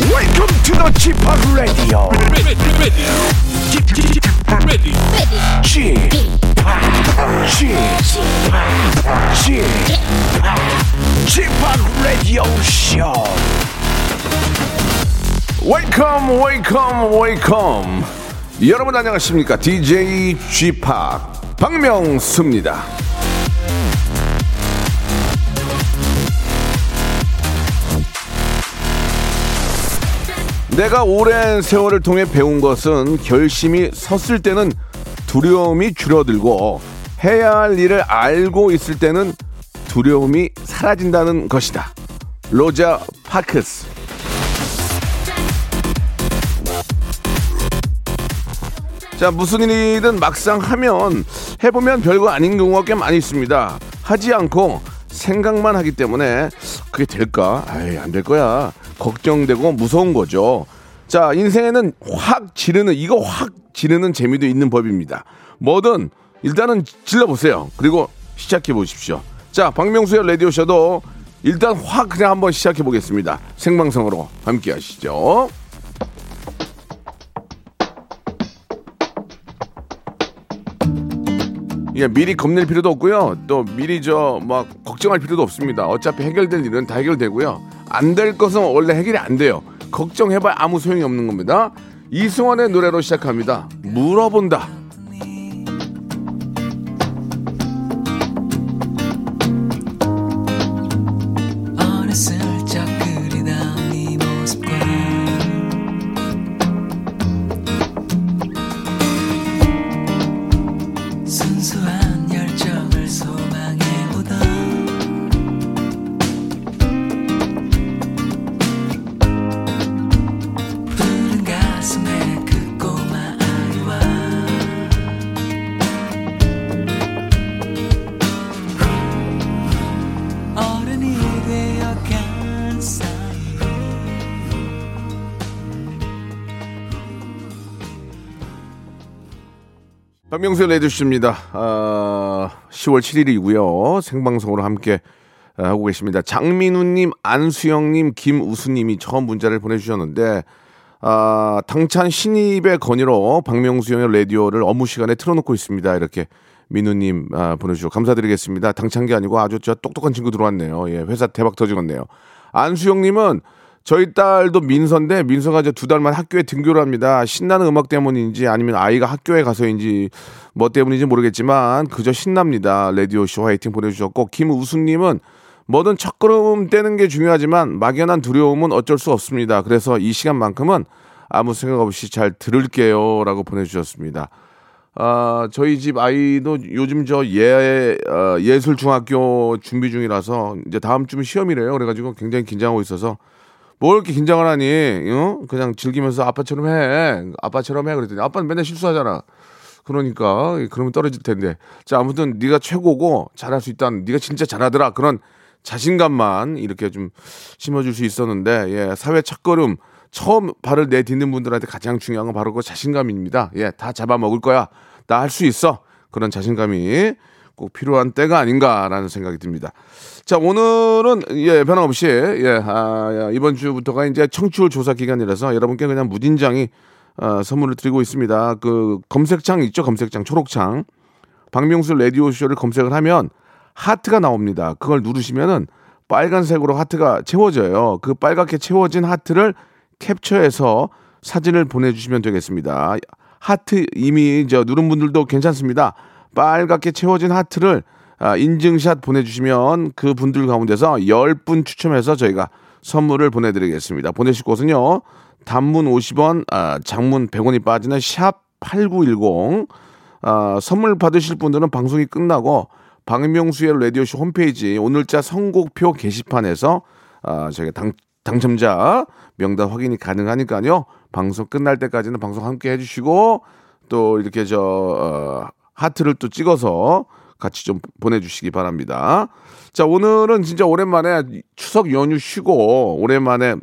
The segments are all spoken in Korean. to the Chip Radio. ready, ready, ready, ready. Chip, Chip, Chip, Chip Radio Show. 웨이컴 웨이컴 웨이컴 여러분 안녕하십니까 DJ g p 박명수입니다 내가 오랜 세월을 통해 배운 것은 결심이 섰을 때는 두려움이 줄어들고 해야 할 일을 알고 있을 때는 두려움이 사라진다는 것이다 로자 파크스 자 무슨 일이든 막상 하면 해보면 별거 아닌 경우가 꽤 많이 있습니다 하지 않고 생각만 하기 때문에 그게 될까 아이 안 될 거야 걱정되고 무서운 거죠 자 인생에는 확 지르는 이거 확 지르는 재미도 있는 법입니다 뭐든 일단은 질러보세요 그리고 시작해 보십시오 자 박명수의 라디오쇼도 일단 확 그냥 한번 시작해 보겠습니다 생방송으로 함께 하시죠 예, 미리 겁낼 필요도 없고요. 또 미리 저 막 걱정할 필요도 없습니다. 어차피 해결될 일은 다 해결되고요. 안 될 것은 원래 해결이 안 돼요. 걱정해봐야 아무 소용이 없는 겁니다. 이승환의 노래로 시작합니다. 물어본다. 어렸을 적 그리던 네 모습과 순수한 열정을 소망해오던 푸른 가슴에 그 꼬마 아이와 어른이 되어간 사이 박명수의 레드쇼입니다. 아, 10월 7일이고요. 생방송으로 함께 아, 하고 계십니다. 장민우님, 안수영님, 김우수님이 처음 문자를 보내주셨는데 아, 당찬 신입의 건의로 박명수의 라디오를 업무 시간에 틀어놓고 있습니다. 이렇게 민우님 아, 보내주셔 감사드리겠습니다. 당찬 게 아니고 아주 저 똑똑한 친구 들어왔네요. 예, 회사 대박 터지겠네요. 안수영님은 저희 딸도 민서인데 민서가 이제 두 달만 학교에 등교를 합니다. 신나는 음악 때문인지 아니면 아이가 학교에 가서인지 뭐 때문인지 모르겠지만 그저 신납니다. 라디오 쇼 화이팅 보내주셨고 김우수님은 뭐든 첫걸음 떼는 게 중요하지만 막연한 두려움은 어쩔 수 없습니다. 그래서 이 시간만큼은 아무 생각 없이 잘 들을게요라고 보내주셨습니다. 아, 저희 집 아이도 요즘 저 예, 어, 예술 중학교 준비 중이라서 이제 다음 주면 시험이래요. 그래가지고 굉장히 긴장하고 있어서 뭘 이렇게 긴장을 하니? 어? 그냥 즐기면서 아빠처럼 해. 아빠처럼 해. 그랬더니 아빠는 맨날 실수하잖아. 그러니까 그러면 떨어질 텐데. 자 아무튼 네가 최고고 잘할 수 있다는 네가 진짜 잘하더라 그런 자신감만 이렇게 좀 심어줄 수 있었는데 예 사회 첫걸음 처음 발을 내딛는 분들한테 가장 중요한 건 바로 그 자신감입니다. 예 다 잡아먹을 거야. 나 할 수 있어. 그런 자신감이 꼭 필요한 때가 아닌가라는 생각이 듭니다. 자 오늘은 예 변함없이 예 아, 예, 이번 주부터가 이제 청취율 조사 기간이라서 여러분께 그냥 무진장이 어, 선물을 드리고 있습니다. 그 검색창 있죠? 검색창 초록창. 박명수 라디오 쇼를 검색을 하면 하트가 나옵니다. 그걸 누르시면은 빨간색으로 하트가 채워져요. 그 빨갛게 채워진 하트를 캡처해서 사진을 보내주시면 되겠습니다. 하트 이미 저 누른 분들도 괜찮습니다. 빨갛게 채워진 하트를 아, 인증샷 보내주시면 그 분들 가운데서 10분 추첨해서 저희가 선물을 보내드리겠습니다. 보내실 곳은요. 단문 50원, 아, 장문 100원이 빠지는 샵 8910. 아, 선물 받으실 분들은 방송이 끝나고 박명수의 라디오쇼 홈페이지 오늘자 선곡표 게시판에서 아, 저희가 당, 당첨자 명단 확인이 가능하니까요. 방송 끝날 때까지는 방송 함께 해주시고 또 이렇게 저 어, 하트를 또 찍어서 같이 좀 보내주시기 바랍니다. 자 오늘은 진짜 오랜만에 추석 연휴 쉬고 오랜만에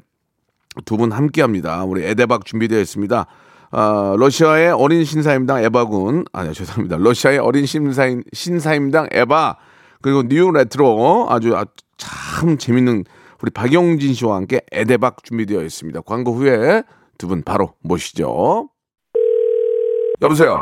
두 분 함께합니다. 우리 에데박 준비되어 있습니다. 아, 러시아의 어린 신사임당 에바군 아니요 네, 죄송합니다. 러시아의 어린 신사임 신사임당 에바 그리고 뉴 레트로 아주 아, 참 재밌는 우리 박영진 씨와 함께 에데박 준비되어 있습니다. 광고 후에 두 분 바로 모시죠. 여보세요.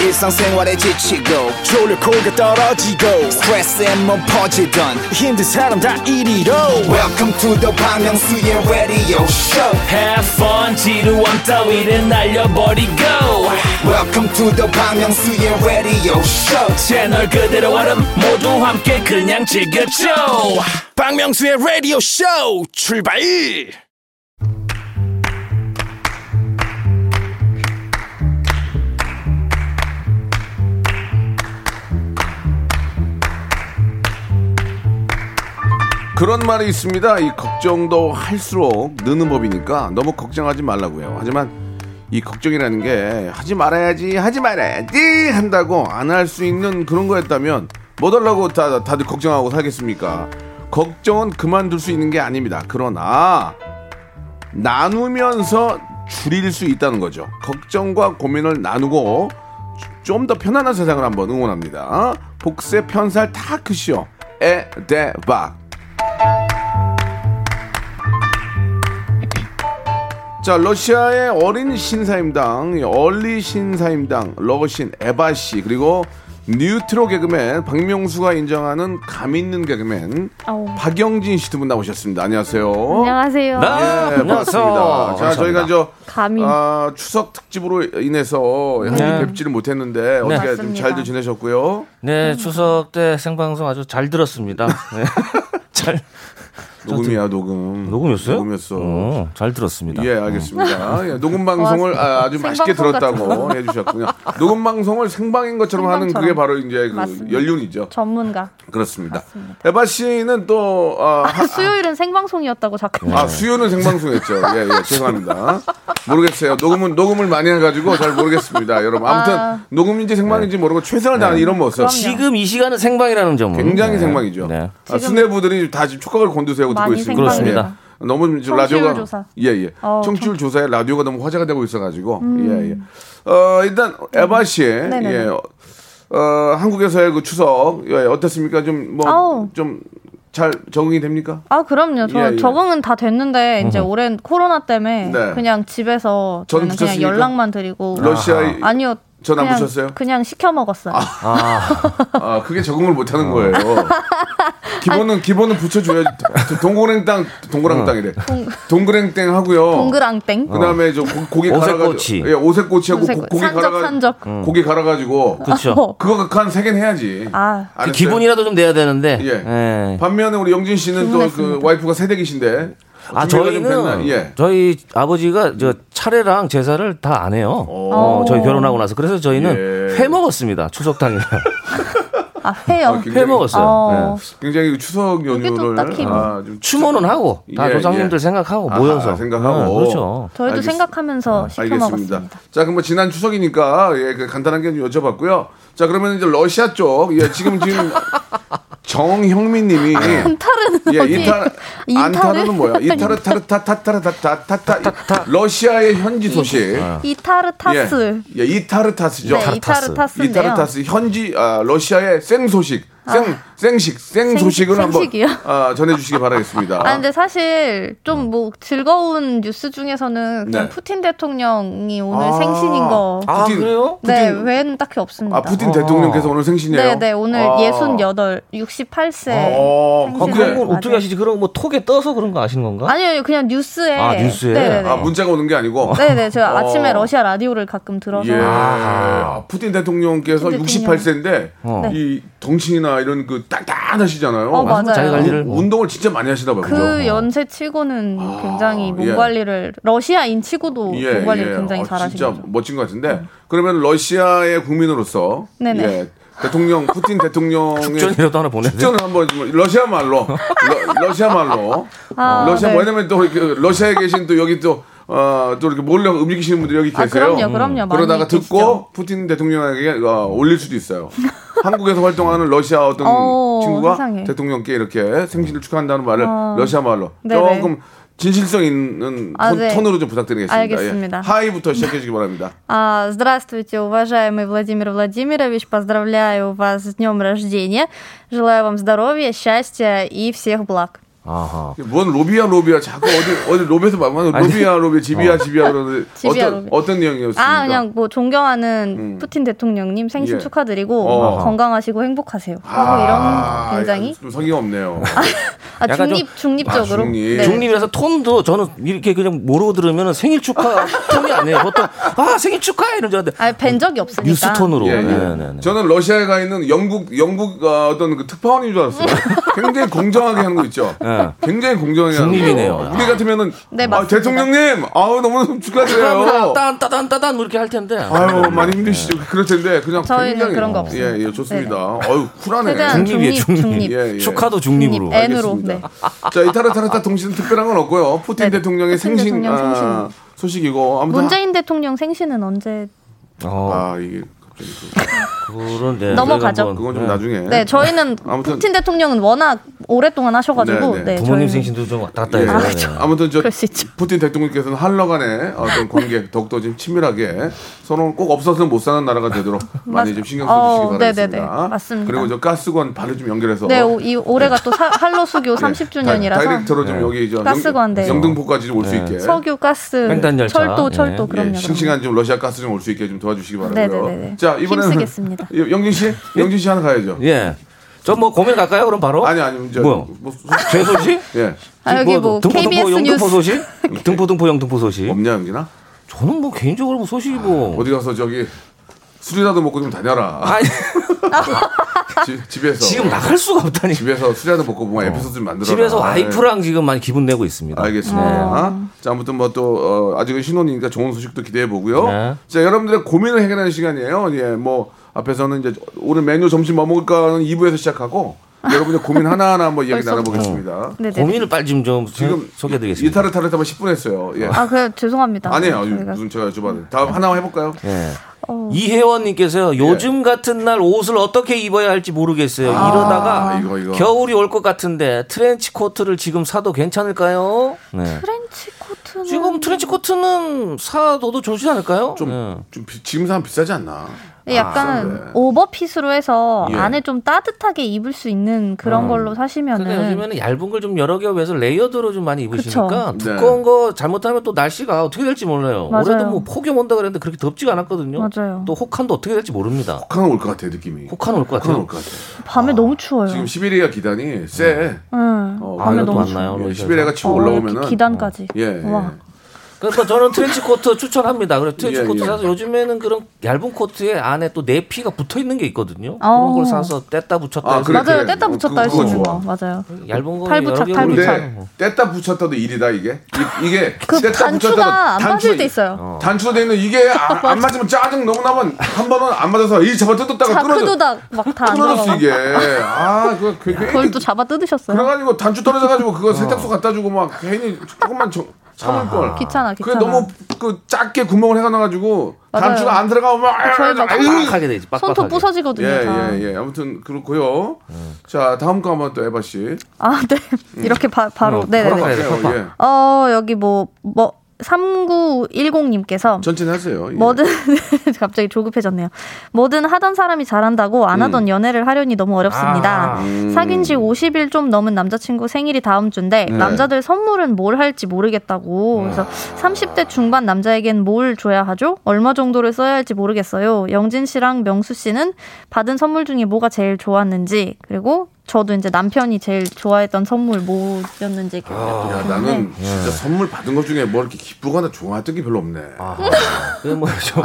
일상생활에 지치고, 졸려 코가 떨어지고, 스트레스에 몸 퍼지던, 힘든 사람 다 이리로. welcome to the Bang Myung-soo's radio show Have fun 지루한 따위를 날려버리고 welcome to the Bang Myung-soo's radio show 채널 그대로 얼음 모두 함께 그냥 즐겨줘 박명수의 라디오 쇼 출발 그런 말이 있습니다. 이 걱정도 할수록 느는 법이니까 너무 걱정하지 말라고요. 하지만 이 걱정이라는 게 하지 말아야지, 하지 말아야지 한다고 안 할 수 있는 그런 거였다면 뭐 달라고 다, 다들 걱정하고 살겠습니까? 걱정은 그만둘 수 있는 게 아닙니다. 그러나 나누면서 줄일 수 있다는 거죠. 걱정과 고민을 나누고 좀 더 편안한 세상을 한번 응원합니다. 복세 편살 다크쇼 에데박 자, 러시아의 어린 신사임당, 이 얼리 신사임당, 러신 에바 씨, 그리고 뉴트로 개그맨, 박명수가 인정하는 감 있는 개그맨, 박영진 씨 두 분 나오셨습니다. 안녕하세요. 안녕하세요. 예, 반갑습니다. 자, 저희가 저 감히. 아, 추석 특집으로 인해서 한번 뵙지를 못했는데 어떻게 좀 맞습니다. 잘들 지내셨고요. 네, 추석 때 생방송 아주 잘 들었습니다. 네. 잘 녹음이야, 녹음. 녹음이었어요? 녹음이었어. 어, 잘 들었습니다. 음. 예, 알겠습니다. 예, 녹음 방송을 아, 주 맛있게 생방송 들었다고 해주셨군요. 녹음 방송을 생방인 것처럼 하는 그게 생방처럼. 바로 이제 그 맞습니다. 연륜이죠. 전문가. 그렇습니다. 에바 씨는 또 아, 하- 수요일은 생방송이었다고 네. 잠깐. 아, 수요는 생방송했죠. 예, 예, 죄송합니다. 모르겠어요. 녹음은 녹음을 많이 해가지고 잘 모르겠습니다, 여러분. 아무튼 아. 녹음인지 생방인지 모르고 최선을 다하는 이런 모습. 지금 이 시간은 생방이라는 점은 굉장히 네. 생방이죠. 네. 아, 수뇌부들이 다 지금 촉각을 곤두세우고 듣고 많이 있습니다. 생방이에요. 예. 너무 지금 청취율 라디오가 조사. 예, 예. 어, 음. 청취율 조사에 라디오가 너무 화제가 되고 있어가지고 예, 예. 어, 일단 에바 씨, 네네네. 예. 어, 한국에서의 그 추석 예, 어땠습니까? 좀 뭐 아우. 좀 잘 적응이 됩니까? 아 그럼요. 저 예, 예. 적응은 다 됐는데 이제 올해 코로나 때문에 네. 그냥 집에서 전 저는 그냥 붙였습니까? 연락만 드리고 러시아의 아니요. 전안 그냥- 붙였어요? 그냥 시켜 먹었어요. 아, 그게 적응을 못 하는 거예요. 기본은 기본은 붙여줘야지. 동고랭 땅, 동고랑 땅이래. 동그랭 땡 하고요. 동그랑땡. 그다음에 저 고, 고기 오색꼬치. 갈아가지고 예, 오색꼬치하고 오색꼬치. 고, 기 산적, 갈아가 산적. 고기 갈아가지고 그렇죠. 그 그거 한 세겐 해야지. 아. 안 했어요? 기분이라도 좀 내야 되는데. 예. 예. 반면에 우리 영진 씨는 또 그 와이프가 세대기신데. 아 준비가 좀 됐나요? 저희는 예. 저희 아버지가 저 차례랑 제사를 다 안 해요. 어, 저희 결혼하고 나서 그래서 저희는 예. 회 먹었습니다. 추석 당일 아 회요. 아, 네. 굉장히- 회 먹었어요. 어. 예. 굉장히 추석 또 연휴를 딱히 뭐. 아, 좀 추모는 하고 다 예, 조상님들 예. 생각하고 아하, 모여서 생각하고. 어, 예, 그렇죠. 저희도 알겠습니다. 아, 생각하면서 시켜 알겠습니다. 먹었습니다. 자, 그럼 뭐 지난 추석이니까 예, 그 간단한 게 좀 여쭤봤고요. 자, 그러면 이제 러시아 쪽 예, 지금 지금 아, 정형민님이 안타르는 예, 어디? 이탈 안타르는 뭐야? 이타르 타르 타타타타타타타 러시아의 현지 소식. 이타르타스. 예, 예, 뭐- 이타르타스죠. 네, 이타르타스인데요. 이타르타스 현지 아, 러시아의 생 소식 생 생식 생 생- 소식을 한번 생식이요? 아, 전해주시기 바라겠습니다. 아 근데 사실 좀 뭐 즐거운 뉴스 중에서는 그냥 음. 네. 푸틴 대통령이 오늘 아, 생신인 거. 아, 푸틴- 그래요? 네, 푸틴- 외에는 딱히 없습니다. 아 푸틴 대통령께서 오늘 생신이에요. 음. 네, 네, 오늘 아. 68, 68세. 어, 아, 그런 걸 어떻게 맞아요. 아시지? 그런 거 뭐 톡에 떠서 그런 거 아시는 건가? 아니요, 아니요, 그냥 뉴스에. 아, 뉴스에? 네네네. 아 문자가 오는 게 아니고. 네네, 제가 어. 아침에 러시아 라디오를 가끔 들어서. 예. 아, 푸틴 대통령께서 네. 푸틴 대통령. 68세인데 네. 이 덩치나 이런 그 단단하시잖아요. 어, 맞아요. 자기 관리를 운- 운동을 진짜 많이 하시나 봐요. 그 그죠? 어. 연세 치고는 굉장히 몸 예. 관리를 러시아인 치고도 몸 관리를 굉장히 어, 잘하시죠. 음. 진짜 멋진 것 같은데 그러면 러시아의 국민으로서 네네. 예, 대통령 푸틴 대통령의 축전이라도 하나 보내야 돼요? 축전을 한번 좀 러시아 말로 러, 시아 말로 아, 러시아 네. 왜냐면 또 이렇게 러시아에 계신 또 여기 또 어, 또 이렇게 몰래 움직이시는 분들이 여기 아, 계세요. 그럼요, 그럼요. 많이 그러다가 듣고 계시죠. 푸틴 대통령에게 어, 올릴 수도 있어요. 한국에서 활동하는 러시아 어떤 어, 친구가 세상에. 대통령께 이렇게 생신을 축하한다는 말을 어. 러시아 말로 네네. 조금 진실성 있는 아, 톤, 네. 으로좀 부탁드리겠습니다. 알겠습니다. 예. 하이부터 시작해 주기 바랍니다. А, Здравствуйте, уважаемый Владимир Владимирович. Поздравляю вас с днем рождения. Желаю вам здоровья, счастья и всех благ. 아하. 뭔 로비야 로비야 자꾸 어디 어디 로비에서 만만 로비야 로비 어. 집이야 집이야 그러는데 집이야, 어떤 로비. 어떤 내용이었습니까? 아, 그냥 뭐 존경하는 음. 푸틴 대통령님 생신 예. 축하드리고 뭐 어. 아, 건강하시고 행복하세요. 하고 이런 굉장히 좀 성의가 없네요. 아, 약간 좀- 중립 중립적으로 아, 중립. 네. 중립이라서 톤도 저는 이렇게 그냥 모르고 들으면 생일 축하 톤이 아니에요. 보통 아 생일 축하 이런 줄 알았는데 아, 뵌 적이 없으니까. 뉴스 톤으로. 예, 예. 네, 네, 네. 저는 러시아에 가 있는 영국 영국 어, 어떤 그 특파원인 줄 알았어요. 굉장히 공정하게 하는 거 있죠. 예. 굉장히 공정하게 하는 거. 중립이네요. 우리 같으면은 네, 아, 맞습니다. 대통령님 아우 너무 축하드려요. 따단 따단 따단 뭐 이렇게 할 텐데. 아유 많이 힘드시죠. 네. 그럴 텐데 그냥 저희는 굉장히 그런 거 없어요. 예, 예, 좋습니다. 어유 쿨하네. 최대한 중립이에요, 중립 중립. 중립. 예, 예. 축하도 중립 중립으로. N으로 알겠습니다. 네. 자, 이타르 타르타 통신은 특별한 건 없고요. 푸틴 네, 대통령의 푸틴 생신, 대통령 아, 소식이고 아무튼 문재인 대통령 생신은 언제? 어, 아 이게 갑자기 또- 그런 네, 넘어가죠. 저희가 그건 한번, 좀 네. 나중에 네, 저희는 예. 아무튼- 푸틴 대통령은 워낙 오랫동안 하셔가지고 네, 네. 네, 부모님 저희는- 생신도 좀 왔다 갔다 예. 해서. 네. 아무튼 저 그럴 수 있죠. 푸틴 대통령께서는 한러간의 어떤 관계 더욱더 좀 친밀하게 서로 꼭 없어서는 못 사는 나라가 되도록 많이 좀 신경 써주시기 어, 바라겠습니다. 네네네. 맞습니다. 그리고 저 가스관 바로 좀 연결해서 어, 예. 네, 오- 이 올해가 또 사- 한로수교 다, 30주년이라서 다이렉트로 좀 여기 저 가스관, 네. 영등포까지 올 수 있게 석유, 가스, 횡단열차. 철도, 예. 철도 그럼요. 예, 그럼요. 싱싱한 좀 러시아 가스 좀 올 수 있게 좀 도와주시기 바라고요. 네네네네. 자 이번에는 힘쓰겠습니다. 예, 영진 씨, 영진 씨 하나 가야죠. 예. 저 뭐 고민 갈까요? 그럼 바로. 아니 아니 이제 뭐요? 뭐 소- 제 소식? 예 아, 여기 뭐 등포 KBS 등포 영등포 뉴스. 소식? 등포 등포 영등포 소식. 없냐 영진아? 저는 뭐 개인적으로 뭐 소식이 뭐 뭐, 어디 가서 저기 술이라도 먹고 좀 다녀라. 아니 지- 집에서 아, 지금 나갈 수가 없다니. 집에서 술이라도 먹고 뭔가 아, 예. 에피소드 좀 만들어. 집에서 와이프랑 지금 많이 기분 내고 있습니다. 알겠습니다. 네. 자, 아무튼 뭐 또 아직은 신혼이니까 좋은 소식도 기대해 보고요. 네. 자, 여러분들의 고민을 해결하는 시간이에요. 예, 뭐 앞에서는 이제 오늘 메뉴 점심 뭐 먹을까는 2부에서 시작하고 여러분의 고민 하나하나 한번 이야기 나눠보겠습니다. 네, 네. 고민을 빨리 좀, 좀 지금 소개해드리겠습니다. 이타르 타르 타면 10분 했어요. 예. 아, 그 죄송합니다. 아니에요. 저희가- 네. 무슨 제가 여쭤봤는데 다음 하나 해볼까요? 예. 어. 예. 이혜원님께서요. 요즘 같은 날 옷을 어떻게 입어야 할지 모르겠어요. 이러다가 아, 이거, 이거. 겨울이 올 것 같은데 트렌치 코트를 지금 사도 괜찮을까요? 네. 프렌치 코트는 지금 트렌치 코트는 사도도 좋지 않을까요? 좀, 네. 예. 좀 비- 지금 사면 비싸지 않나? 예, 약간 네. 오버핏으로 해서 예. 음. 안에 좀 따뜻하게 입을 수 있는 그런 걸로 근데 사시면은 요즘에는 얇은 걸 좀 여러 개 해서 레이어드로 좀 많이 입으시니까 그쵸. 두꺼운 네. 거 잘못하면 또 날씨가 어떻게 될지 몰라요. 맞아요. 올해도 뭐 폭염 온다 그랬는데 그렇게 덥지가 않았거든요. 맞아요. 또 혹한도 어떻게 될지 모릅니다. 혹한 올것 같아요, 느낌이. 혹한 올 것 혹한 같아요. 올것 같아요. 밤에 너무 추워요. 예. 지금 시베리아 기단이 네. 쎄. 응. 어, 아, 밤에 이것도 너무 왔나요? 예, 러시아에서? 시베리아가 치고 어, 올라오면은 이렇게 기단까지. 예, 예. 와. 그러니까 저는 트렌치 코트 추천합니다. 그래 트렌치 예, 코트 예. 사서 요즘에는 그런 얇은 코트에 안에 또 내피가 붙어 있는 게 있거든요. 어. 그런 걸 사서 뗐다 붙였다 아, 해서 그래. 맞아요. 그래. 뗐다 붙였다 어, 할 수 그거 있는 좋아. 거. 맞아요. 얇은 거 팔부착, 여러 개 팔부착. 올리고. 근데 뗐다 붙였다도 일이다 이게 이, 이게 그 뗐다 단추가 안 붙였다도 빠질 단추가 때 이- 있어요. 단추로 돼 있는 이게 아, 안 맞으면 짜증 너무 나면 한 번은 안 맞아서 이 잡아 뜯었다가 자, 끊어져 크도닥 막다안 끊어졌어 들어가. 이게 아 그거 괜히 그걸 또 잡아 뜯으셨어요. 그래가지고 단추 떨어져가지고 그거 세탁소 갖다 주고 막 괜히 조금만 저, 참을 걸 귀찮아, 그게 귀찮아. 너무 그 작게 구멍을 해놔가지고 맞아요. 단추가 안 들어가면 막 저희 막 아유, 빡빡하게 되지. 빡빡하게. 손톱 부서지거든요. 다. 예, 예, 예. 아무튼 그렇고요. 자, 다음 거 한번 또 에바 씨. 음. 뭐, 아, 네. 이렇게 바, 바로. 네, 네, 네. 예, 예. 어, 여기 뭐, 뭐, 3910님께서 전체는 하세요. 예. 뭐든 갑자기 조급해졌네요. 뭐든 하던 사람이 잘한다고 안 하던 연애를 하려니 너무 어렵습니다. 음. 아. 음. 사귄 지 50일 좀 넘은 남자친구 생일이 다음 주인데 네. 남자들 선물은 뭘 할지 모르겠다고. 그래서 아. 30대 중반 남자에겐 뭘 줘야 하죠? 얼마 정도를 써야 할지 모르겠어요. 영진 씨랑 명수 씨는 받은 선물 중에 뭐가 제일 좋았는지 그리고 저도 이제 남편이 제일 좋아했던 선물 뭐였는지 기억해요. 야, 나는 네. 진짜 선물 받은 것 중에 뭐 이렇게 기쁘거나 좋아했던 게 별로 없네. 그뭐좀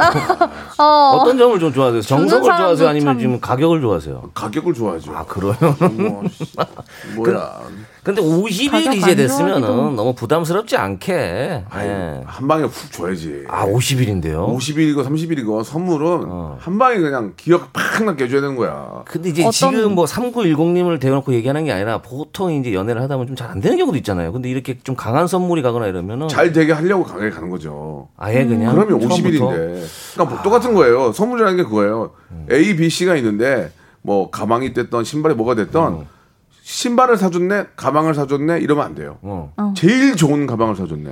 아. 어. 어떤 점을 좀 좋아하세요? 정성을 사람도 좋아하세요? 아니면 참- 지금 가격을 좋아하세요? 가격을 좋아하죠. 아 그러면 그- 뭐야. 근데 가격 50일 안 이제 됐으면은 좋아하기도. 너무 부담스럽지 않게. 아니, 예. 한 방에 훅 줘야지. 아 50일인데요. 50일이고 30일이고 선물은 어. 한 방에 그냥 기억 팍 남게 해줘야 되는 거야. 근데 이제 어떤- 지금 뭐 3910님을 대놓고 얘기하는 게 아니라 보통 이제 연애를 하다 보면 좀 잘 안 되는 경우도 있잖아요. 근데 이렇게 좀 강한 선물이 가거나 이러면은 잘 되게 하려고 강하게 가는 거죠. 아예 그냥 그러면 처음부터 50일인데. 그러니까 뭐 똑같은 거예요. 선물이라는 게 그거예요. 음. A, B, C가 있는데 뭐 가방이 됐던 신발이 뭐가 됐던 음. 신발을 사줬네, 가방을 사줬네 이러면 안 돼요. 어. 제일 좋은 가방을 사줬네.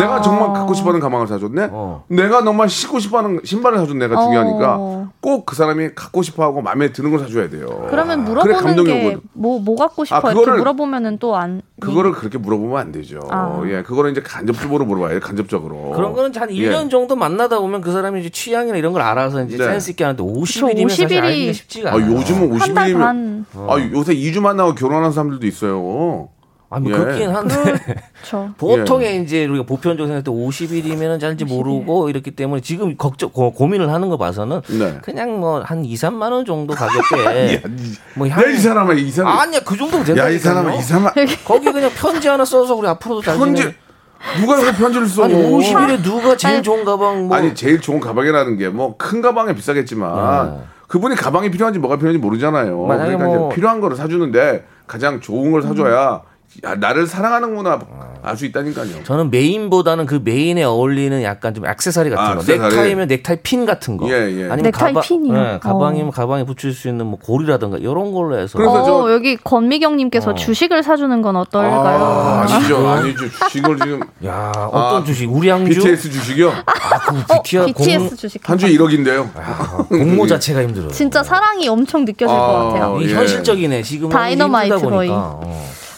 내가 정말 갖고 싶어하는 가방을 사줬네. 아. 어. 내가 정말 신고 싶어하는 신발을 사줬네가 중요하니까 어. 꼭 그 사람이 갖고 싶어하고 마음에 드는 걸 사줘야 돼요. 그러면 아. 그래, 아. 물어보는 감동이 게 오거든. 뭐, 뭐 갖고 싶어 이렇게 그거를- 물어보면은 또안 그거를 그렇게 물어보면 안 되죠. 아. 예, 그거는 이제 간접적으로 물어봐야 돼요. 간접적으로. 그런 거는 한 예. 1년 정도 만나다 보면 그 사람이 이제 취향이나 이런 걸 알아서 이제 네. 센스 있게 하는데 50일이면 사실 50일이 알기가 쉽지가 아, 않아요. 요즘은 한 달 50일이면 반. 아, 요새 2주 만나고 결혼하는 사람들도 있어요. 아, 뭐 예. 그렇긴 한데 그렇죠. 보통의 이제 우리가 보편적으로 생각할 때 50일이면은 잘지 모르고 이렇기 때문에 지금 걱정 고, 고민을 하는 거 봐서는 네. 예. 그냥 뭐 한 2, 3만 원 정도 가격대 뭐 향- 야, 이 사람아, 이 사람. 아니야 그 정도 된다. 야, 이 사람아, 이 사람아. 거기 그냥 편지 하나 써서 우리 앞으로도 잘 편지 지내. 누가 그 편지를 써? 아니 50일에 누가 제일 좋은 가방 뭐 아니 제일 좋은 가방이라는 게 뭐 큰 가방에 비싸겠지만 네. 그분이 가방이 필요한지 뭐가 필요한지 모르잖아요. 만약에 그러니까 뭐- 이제 필요한 거를 사주는데 가장 좋은 걸 사줘야 야, 나를 사랑하는구나 음. 알 수 있다니까요. 저는 메인보다는 그 메인에 어울리는 약간 좀 액세서리 같은 아, 거. 액세서리. 넥타이면 넥타이 핀 같은 거. 예, 예. 아니면 넥타이 핀이요? 예, 어. 가방이면 가방에 붙일 수 있는 뭐 고리라든가 이런 걸로 해서. 그래서 어, 저- 어. 여기 권미경님께서 주식을 사주는 건 어떨까요? 음, 아, 아니죠, 아니죠. 주식을 지금 야, 어떤 아, 주식? 우리 양주 BTS 주식이요 아, 그 어, BTS, BTS 공, 주식. 한 주에 1억인데요. 아, 공모 자체가 힘들어요. 진짜 사랑이 엄청 느껴질 아, 것 같아요. 이게 예. 현실적이네. 지금 다이너마이트 힘들다 거의. 보니까. 어.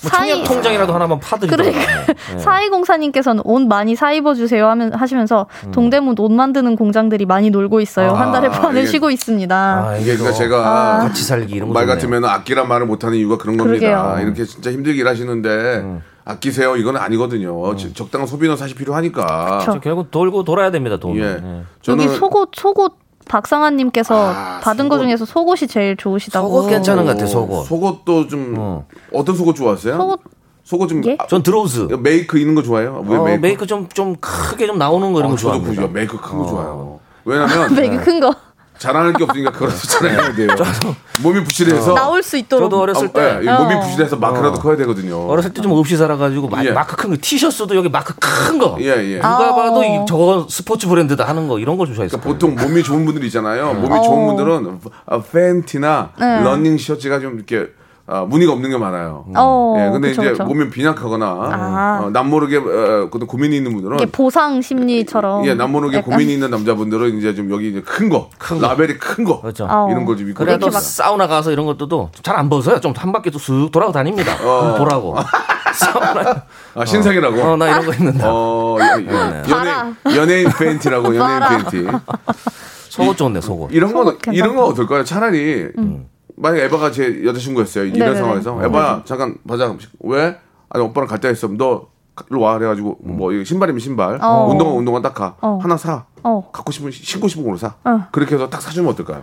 뭐 사이- 청약 통장이라도 하나만 파드리고. 그러니까 네. 사이공사님께서는 옷 많이 사 입어주세요 하면 하시면서 동대문 옷 만드는 공장들이 많이 놀고 있어요. 음. 아, 한 달에 반을 이게- 쉬고 있습니다. 이게 그러니까 제가 같이 살기 이런 거 말 좋네요. 같으면 아끼란 말을 못하는 이유가 그런 겁니다. 아, 그러게요. 이렇게 진짜 힘들게 일하시는데 음. 아끼세요 이건 아니거든요. 지- 적당한 소비는 사실 필요하니까. 그쵸. 결국 돌고 돌아야 됩니다, 돈. 예. 예. 저는 여기 속옷 속옷 박상아님께서 아, 받은 거 속옷. 중에서 속옷이 제일 좋으시다고. 속옷 괜찮은 것 음, 같아, 어, 속옷. 속옷도 좀 어. 어. 떤 속옷 좋아하세요? 속옷- 속옷 좀 예? 아, 전 드로우즈. 메이크 있는 거 좋아해요? 예, 왜 어, 메이크? 메이크 좀 좀 크게 좀 나오는 거 이런 어, 거 저도 좋아합니다. 어. 그죠. 메이크 큰 거 좋아요. 왜냐면 되게 큰 거. 잘하는 게 없으니까 그거라도 잘해야 돼요. 몸이 부실해서 나올 수 있도록. 저도 어렸을 때 예, 이 몸이 어. 부실해서 마크라도 커야 되거든요. 어렸을 때 좀 없이 살아가지고 마, 예. 마크 큰 거 티셔츠도 여기 마크 큰 거. 예, 예. 누가 아. 봐도 이, 저건 스포츠 브랜드다 하는 거 이런 걸 좋아했어요. 음. 그러니까 보통 몸이 좋은 분들 있잖아요. 몸이 어. 좋은 분들은 아, 팬티나 네. 러닝 셔츠가 좀 이렇게 아, 무늬가 없는 게 많아요. 음. 어, 예, 근데 그쵸, 이제 그쵸. 몸이 빈약하거나 아. 어, 남모르게 어, 그런 고민이 있는 분들은 이게 보상 심리처럼. 예, 남모르게 고민이 있는 남자분들은 이제 좀 여기 이제 큰 거, 라벨이 큰 거, 그렇죠. 어. 아, 이런 걸좀 입고 그래도 다니고. 막 사우나 가서 이런 것도 잘 안 벗어요. 좀 한 바퀴 쓱 돌아고 다닙니다. 어. 음, 보라고. 사우나. 아, 신상이라고. 어, 네, 어, 나 이런 거 있는데. 예, 예. 봐라. 연예, 연예인 팬티라고 봐라. 연예인 팬티. 속옷 좋네, 속옷. 이런 건 괜찮다. 음. 이런 건 어떨까요? 차라리 만약 에바가 제 여자친구였어요. 이런 네네네. 상황에서 에바야 잠깐 바자 왜? 아니 오빠랑 갈 데가 있어. 너 일로 와 그래가지고 뭐 이거 신발이면 신발, 어. 운동화 운동화 딱 가. 어. 하나 사. 어. 갖고 싶은 신고 싶은 걸로 사. 어. 그렇게 해서 딱 사주면 어떨까요?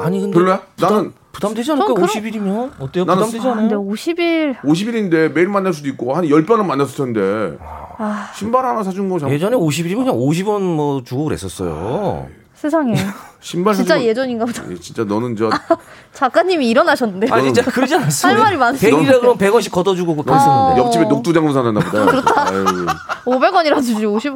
아니, 근데. 별로야? 나는 부담되지 않을까? 그럼- 50일이면? 어때요? 나는 부담되지 아, 근데 않아요? 50일 50일인데 매일 만날 수도 있고 한 10번은 만났을 아. 텐데 신발 하나 사준 거 참. 예전에 50일이면 그냥 50원 뭐 주고 그랬었어요. 세상에. 음. 신발 진짜 사주면- 예전인가 어. 보다. 예, 진짜 너는 저 작가님이 일어나셨는데. 아니, 진짜 그러지 할 말이 많으세요. 그럼 100원씩 걷어주고 그거 아. 옆집에 녹두장로 사놨나 보다. 아유, 500원이라 주지 50.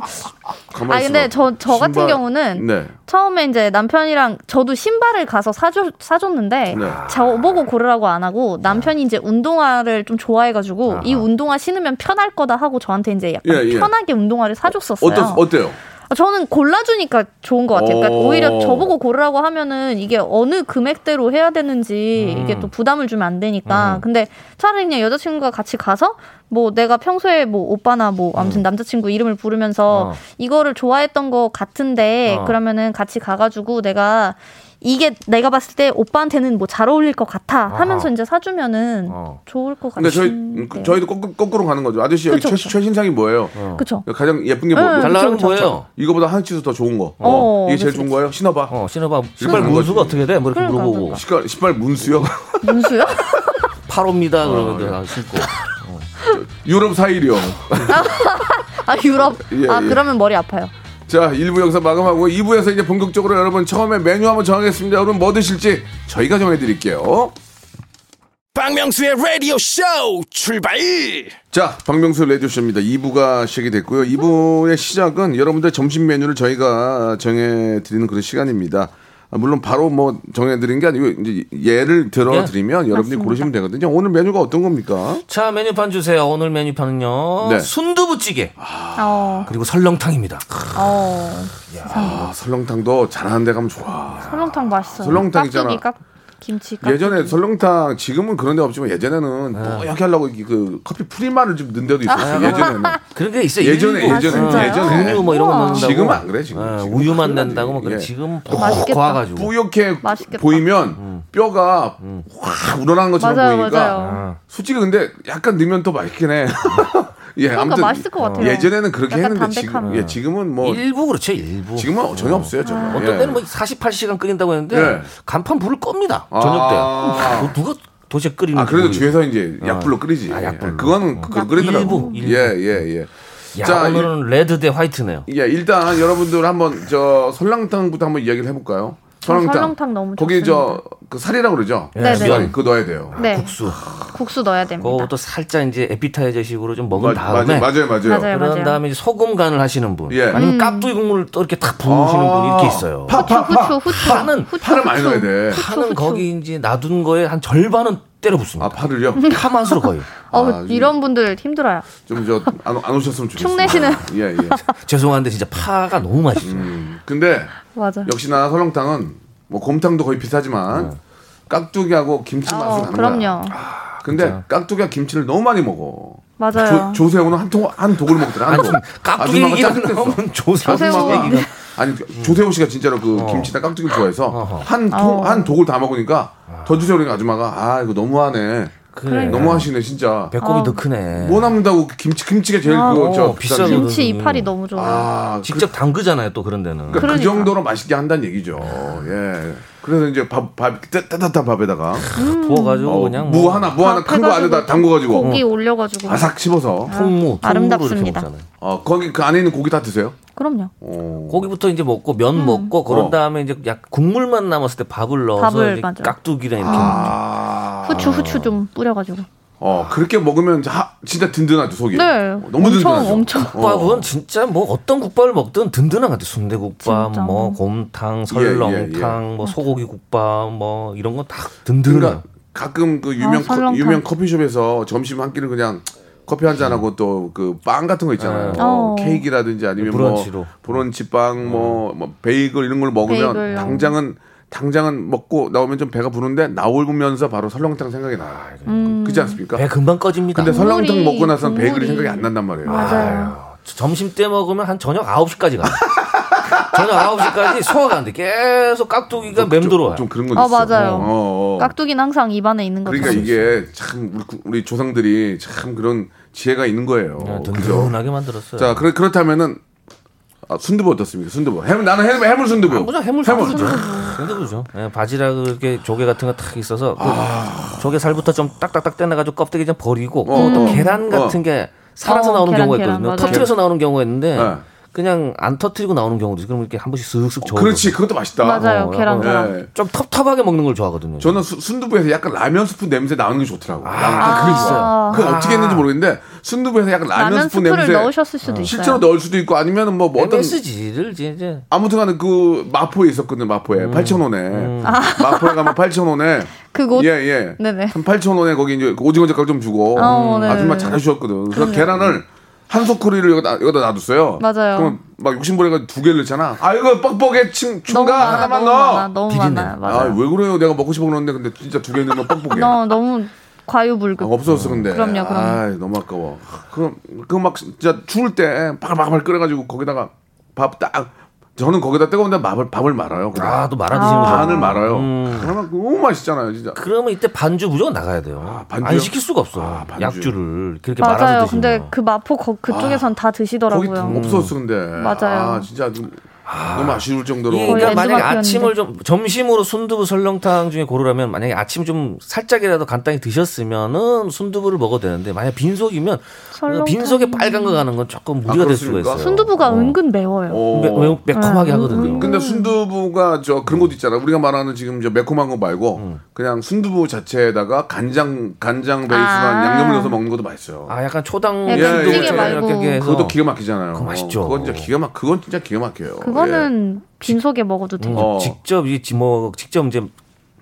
가만히 아니, 근데 있어봐. 저- 저 같은 신발- 경우는 네. 처음에 이제 남편이랑 저도 신발을 가서 사줘, 사줬는데 네. 저보고 고르라고 안 하고 남편이 이제 운동화를 좀 좋아해가지고 이 운동화 신으면 편할 거다 하고 저한테 이제 약간 예, 예. 편하게 운동화를 사줬었어요. 어떠 어때요? 아, 저는 골라주니까 좋은 것 같아요. 그러니까 오. 오히려 저보고 고르라고 하면은 이게 어느 금액대로 해야 음. 되는지 이게 또 부담을 주면 안 되니까. 근데 차라리 그냥 여자친구가 같이 가서 뭐 내가 평소에 뭐 오빠나 뭐 음. 아무튼 남자친구 이름을 부르면서 어. 이거를 좋아했던 거 같은데 어. 그러면은 같이 가가지고 내가 이게 내가 봤을 때 오빠한테는 뭐 잘 어울릴 것 같아 하면서 아하. 어. 이제 사주면은 좋을 것 같아요. 근데 저희 음, 그- 저희도 거꾸로, 거꾸로 가는 거죠. 아저씨 여기 네. 그쵸, 최, 최신상이 뭐예요? 그러니까 그쵸. 가장 예쁜 게 네, 뭐예요? 잘 나가는 그쵸, 그쵸. 거예요. 이거보다 한 치수 더 좋은 거. 어, 이게 제일 그치, 좋은 거예요? 신어봐. 어, 신어봐. 신발 문수가 어떻게 돼? 뭐 이렇게 그러니까, 물어보고. 그러니까. 신발, 신발 문수요? 아, 8호입니다. 그러면 나 신고. 유럽 사일이요. 아 유럽. 예, 아 예. 그러면 머리 아파요. 자, 1부 영상 마감하고 2부에서 이제 본격적으로 여러분 처음에 메뉴 한번 정하겠습니다. 여러분 뭐 드실지 저희가 정해드릴게요. 박명수의 라디오 쇼 출발! 자, 박명수 레디오쇼입니다. 2부가 시작이 됐고요. 2부의 시작은 여러분들 점심 메뉴를 저희가 정해드리는 그런 시간입니다. 아, 물론 바로 뭐 정해드린 게 아니고 이제 예를 들어드리면 예. 여러분이 맞습니다. 고르시면 되거든요. 오늘 메뉴가 어떤 겁니까? 자, 메뉴판 주세요. 오늘 메뉴판은요. 네. 순두부찌개. 어. 그리고 설렁탕입니다. 어. 아, 설렁탕도 잘하는 데 가면 좋아. 설렁탕 맛있어요. 설렁탕이잖아. 깍두기, 깍- 김치 깍두기. 아. 예전에 설렁탕 지금은 그런 데 없지만 예전에는 뽀얗게 하려고 이렇게 그 커피 프리마를 좀 넣은 데도 있었어요. 아. 예전에는. 그런 게 있어요. 예전에 일부. 예전에 아, 진짜요? 예전에 우유 뭐 이런 거 넣는다고. 지금 안 그래 지금. 예, 우유만 낸다고 뭐 그래. 예. 지금 또 맛있겠다. 거와가지고. 뿌옇게 보이면 뼈가 확 우러나는 것처럼 음. 맞아요, 보이니까 맞아요. 솔직히 근데 약간 넣으면 또 맛있긴 해. 예, 아무튼 그러니까 맛있을 것 같아요. 예전에는 그렇게 약간 했는데 지금 담백함이. 예, 지금은 뭐 일부 그렇죠, 일부. 지금은 전혀 없어요, 전혀. 아. 어떤 예. 때는 뭐 48시간 끓인다고 했는데 예. 간판 불을 겁니다. 아. 저녁 때. 뭐 누가 도대체 끓이는 아, 그래도 거예요? 뒤에서 이제 어. 약불로 끓이지. 아, 약불로. 그거는 그 일부, 그러더라고. 일부. 예, 예, 예. 야, 자, 일- 오늘은 레드 대 화이트네요. 예, 일단 여러분들 한번 저 설렁탕부터 한번 이야기를 해볼까요? 설렁탕. 설렁탕 너무 거기 좋습니다. 저그 살이라고 그러죠. 네, 네. 면 그거 넣어야 돼요. 네. 국수. 국수 넣어야 됩니다. 그것도 살짝 이제 에피타이저식으로 좀 맞- 먹은 다음에 맞아요, 맞아요, 네, 맞아요. 맞아요, 그런 맞아요. 다음에 이제 소금 간을 하시는 분, 예. 아니면 음. 깍두기 국물을 또 이렇게 탁 부으시는 아. 음, 분이 이렇게 있어요. 파, 파, 파. 후추, 후추. 파는 후추, 파를 많이 넣어야 돼. 파는 거기 이제 놔둔 거에 한 절반은 때려 붓습니다. 아 파를요? 파 맛으로 거의. 어, 아, 이런 분들 힘들어요. 좀 저 안 오셨으면 좋겠어요. 흉내시는. 예, 예. 죄송한데 진짜 파가 너무 맛있어요. 음. 근데 맞아. 역시나 설렁탕은 뭐 곰탕도 거의 비슷하지만 네. 깍두기하고 김치 맛으로 어, 가는 거야. 그럼요. 근데 그렇죠. 깍두기와 김치를 너무 많이 먹어. 맞아요. 조, 세호는 한통한 독을 먹더라. 한 독. 아, 깍두기 아줌마가 얘기만 짜증 냈어. 나오면 조세호 아줌마가- 얘기가. 어. 아니 조세호 씨가 진짜로 그 김치나 깍두기 를 좋아해서 아우. 한통한 독을 다 먹으니까 더 주세요 그러니까 아줌마가 아 이거 너무하네. 그래. 그러니까. 너무하시네 진짜. 배꼽이 더 크네. 뭐 남는다고 그 김치 김치가 제일 아, 그거 저 어, 비싸죠. 비싸거든. 김치 이파리 너무 좋아요. 아, 직접 담그잖아요, 또 그런 데는. 그러니까 그 정도로 맛있게 한다는 얘기죠. 예. 그래서 이제 밥, 밥, 따- 따뜻한 밥에다가. 부어가지고 어, 그냥 무 뭐 하나, 무 하나 큰 거 해가지고 안에다 담궈가지고. 고기 어. 올려가지고. 바삭 씹어서. 통무, 통무로 아름답습니다. 이렇게 먹잖아요. 어, 거기 그 안에 있는 고기 다 드세요? 그럼요. 고기부터 이제 먹고 면 먹고 그런 어. 다음에 이제 약 국물만 남았을 때 밥을 넣어서 밥을, 이제 맞아요. 깍두기랑 이렇게 아. 후추, 후추 좀 뿌려가지고. 어, 그렇게 먹으면 하- 진짜 든든하죠, 속이. 어, 네. 너무 든든하죠. 어. 엄청, 엄청. 국밥은 진짜 뭐 어떤 국밥을 먹든 든든한 것 같아요. 순대국밥, 진짜. 뭐 곰탕, 예, 설렁탕, 뭐 소고기 국밥, 뭐 이런 건 다 든든해요. 그러니까 가끔 그 유명, 아, 설렁탕. 커, 유명 커피숍에서 점심 한 끼는 그냥 커피 한 잔하고 또 그 빵 같은 거 있잖아요. 네. 어, 어. 케이크라든지 아니면 브런치로. 네. 뭐 브런치 빵, 뭐, 뭐 베이글 이런 걸 먹으면 베이글. 당장은 당장은 먹고 나오면 좀 배가 부른데 나오면서 바로 설렁탕 생각이 나요. 그렇지 않습니까? 아, 네. 배 금방 꺼집니다. 근데 설렁탕 음. 국물이, 먹고 나서는 베이글이 국물이. 생각이 안 난단 말이에요. 맞아요. 점심 때 먹으면 한 저녁 9시까지 가요. 저녁 9시까지 소화가 안 돼. 계속 깍두기가 맴돌아요. 좀 그런 건 아, 있어. 맞아요. 어, 어. 깍두기는 항상 입안에 있는 거죠. 그러니까 이게 참 우리, 구- 우리 조상들이 참 그런 지혜가 있는 거예요. 네, 어, 그죠? 든든하게 만들었어요. 자, 그렇, 그렇다면은 아, 순두부 어떻습니까? 순두부. 해물 나는 해물, 해물 순두부. 아, 그냥 해물 순두부죠. 순두부죠. 예, 바지락 이렇게 조개 같은 거 탁 있어서 그 조개 살부터 좀 딱딱딱 떼내가지고 껍데기 좀 버리고 아. 어, 또 어. 계란 같은 어. 게 살아서 어, 나오는 계란, 경우가 계란, 있거든요. 맞아요. 터트려서 나오는 경우가 있는데 네. 그냥 안 터트리고 나오는 경우도 있어요. 그럼 이렇게 한 번씩 슥슥 저어. 그렇지, 그것도 맛있다. 어, 맞아요, 계란후라이. 예. 좀 텁텁하게 먹는 걸 좋아하거든요. 저는 수- 순두부에서 약간 라면 스프 냄새 나오는 게 좋더라고요. 아, 그게 있어요. 그건 아. 어떻게 했는지 모르겠는데 순두부에서 약간 라면, 라면 스프 스프를 냄새 아, 넣으셨을 수도 아. 있어요. 실제로 넣을 수도 있고 아니면은 뭐, 뭐 어떤 MSG를 이제 아무튼간에 그 마포에 있었거든 음. 마포에 8,000원에 마포에 가면 8,000원에 그곳 예 예. 네네. 한 8,000원에 거기 이제 그 오징어 젓갈 좀 주고 음, 어, 네. 아줌마 잘해 주셨거든. 그래서 그럼요. 계란을 한 소쿠리를 여기다, 여기다 놔뒀어요. 맞아요. 그럼 막 욕심부리가 두 개를 넣잖아. 아 이거 뻑뻑에 층 너무 충가 많아 하나만 너무 넣어. 많아 너무 많아 맞아. 아왜 그래요? 내가 먹고 싶어 그러는데 근데 진짜 두 개 넣으면 뻑뻑해. 너 너무 과유불급. 아, 없었어 근데. 그럼요, 그럼요. 아 너무 아까워. 그럼 그 막 진짜 추울 때 바글바글 끓여가지고 거기다가 밥 딱. 저는 거기다 뜨거운데 밥을 밥을 말아요. 그냥. 아, 또 말아 드시는 거구나. 반을 말아요. 그러면 너무 맛있잖아요, 진짜. 그러면 이때 반주 무조건 나가야 돼요. 아, 반주요? 아, 안 시킬 수가 없어. 반주. 약주를 그렇게 말아서 맞아요. 드시면. 근데 그 마포 거, 그쪽에선 다 거기 드시더라고요. 음. 없었어 근데. 맞아요. 아, 진짜 좀, 너무 아쉬울 정도로. 이게 그러니까 거의 만약에 마지막 아침을 좀 점심으로 순두부 설렁탕 중에 고르라면 만약에 아침 좀 살짝이라도 간단히 드셨으면은 순두부를 먹어도 되는데 만약 빈속이면 설렁탕. 빈속에 빨간 거 가는 건 조금 무리가 될 아, 수가 그렇습니까? 있어요. 순두부가 은근 매워요. 어. 매, 매, 매콤하게 아, 하거든요. 근데 순두부가 저 그런 것도 있잖아. 우리가 말하는 지금 저 매콤한 거 말고 음. 그냥 순두부 자체에다가 간장 간장 베이스만 아. 양념을 넣어서 먹는 것도 맛있어요. 아 약간 초당 예, 순두부 예, 예. 처럼 말고. 이렇게 해서 그것도 기가 막히잖아요. 그거 맛있죠. 어, 그건 진짜 기가 막 그건 진짜 기가 막혀요. 그거는 빈속에 먹어도 돼요. 음, 어. 직접 이 지먹 뭐, 직접 이제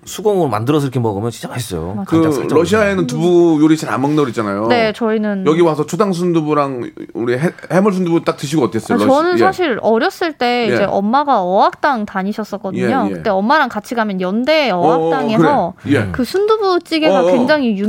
수공으로 만들어서 이렇게 먹으면 진짜 맛있어요. 예. 그 간장 살짝 러시아에는 두부 요리 잘 안 먹는 거 있잖아요. 음. 네, 저희는 여기 와서 초당 순두부랑 우리 해, 해물 순두부 딱 드시고 어땠어요? 아, 러시- 저는 예. 사실 어렸을 때 예. 이제 엄마가 어학당 다니셨었거든요. 예, 예. 그때 엄마랑 같이 가면 연대 어, 어, 어학당에서 그래. 예. 그 순두부찌개가 어, 어. 굉장히 그래서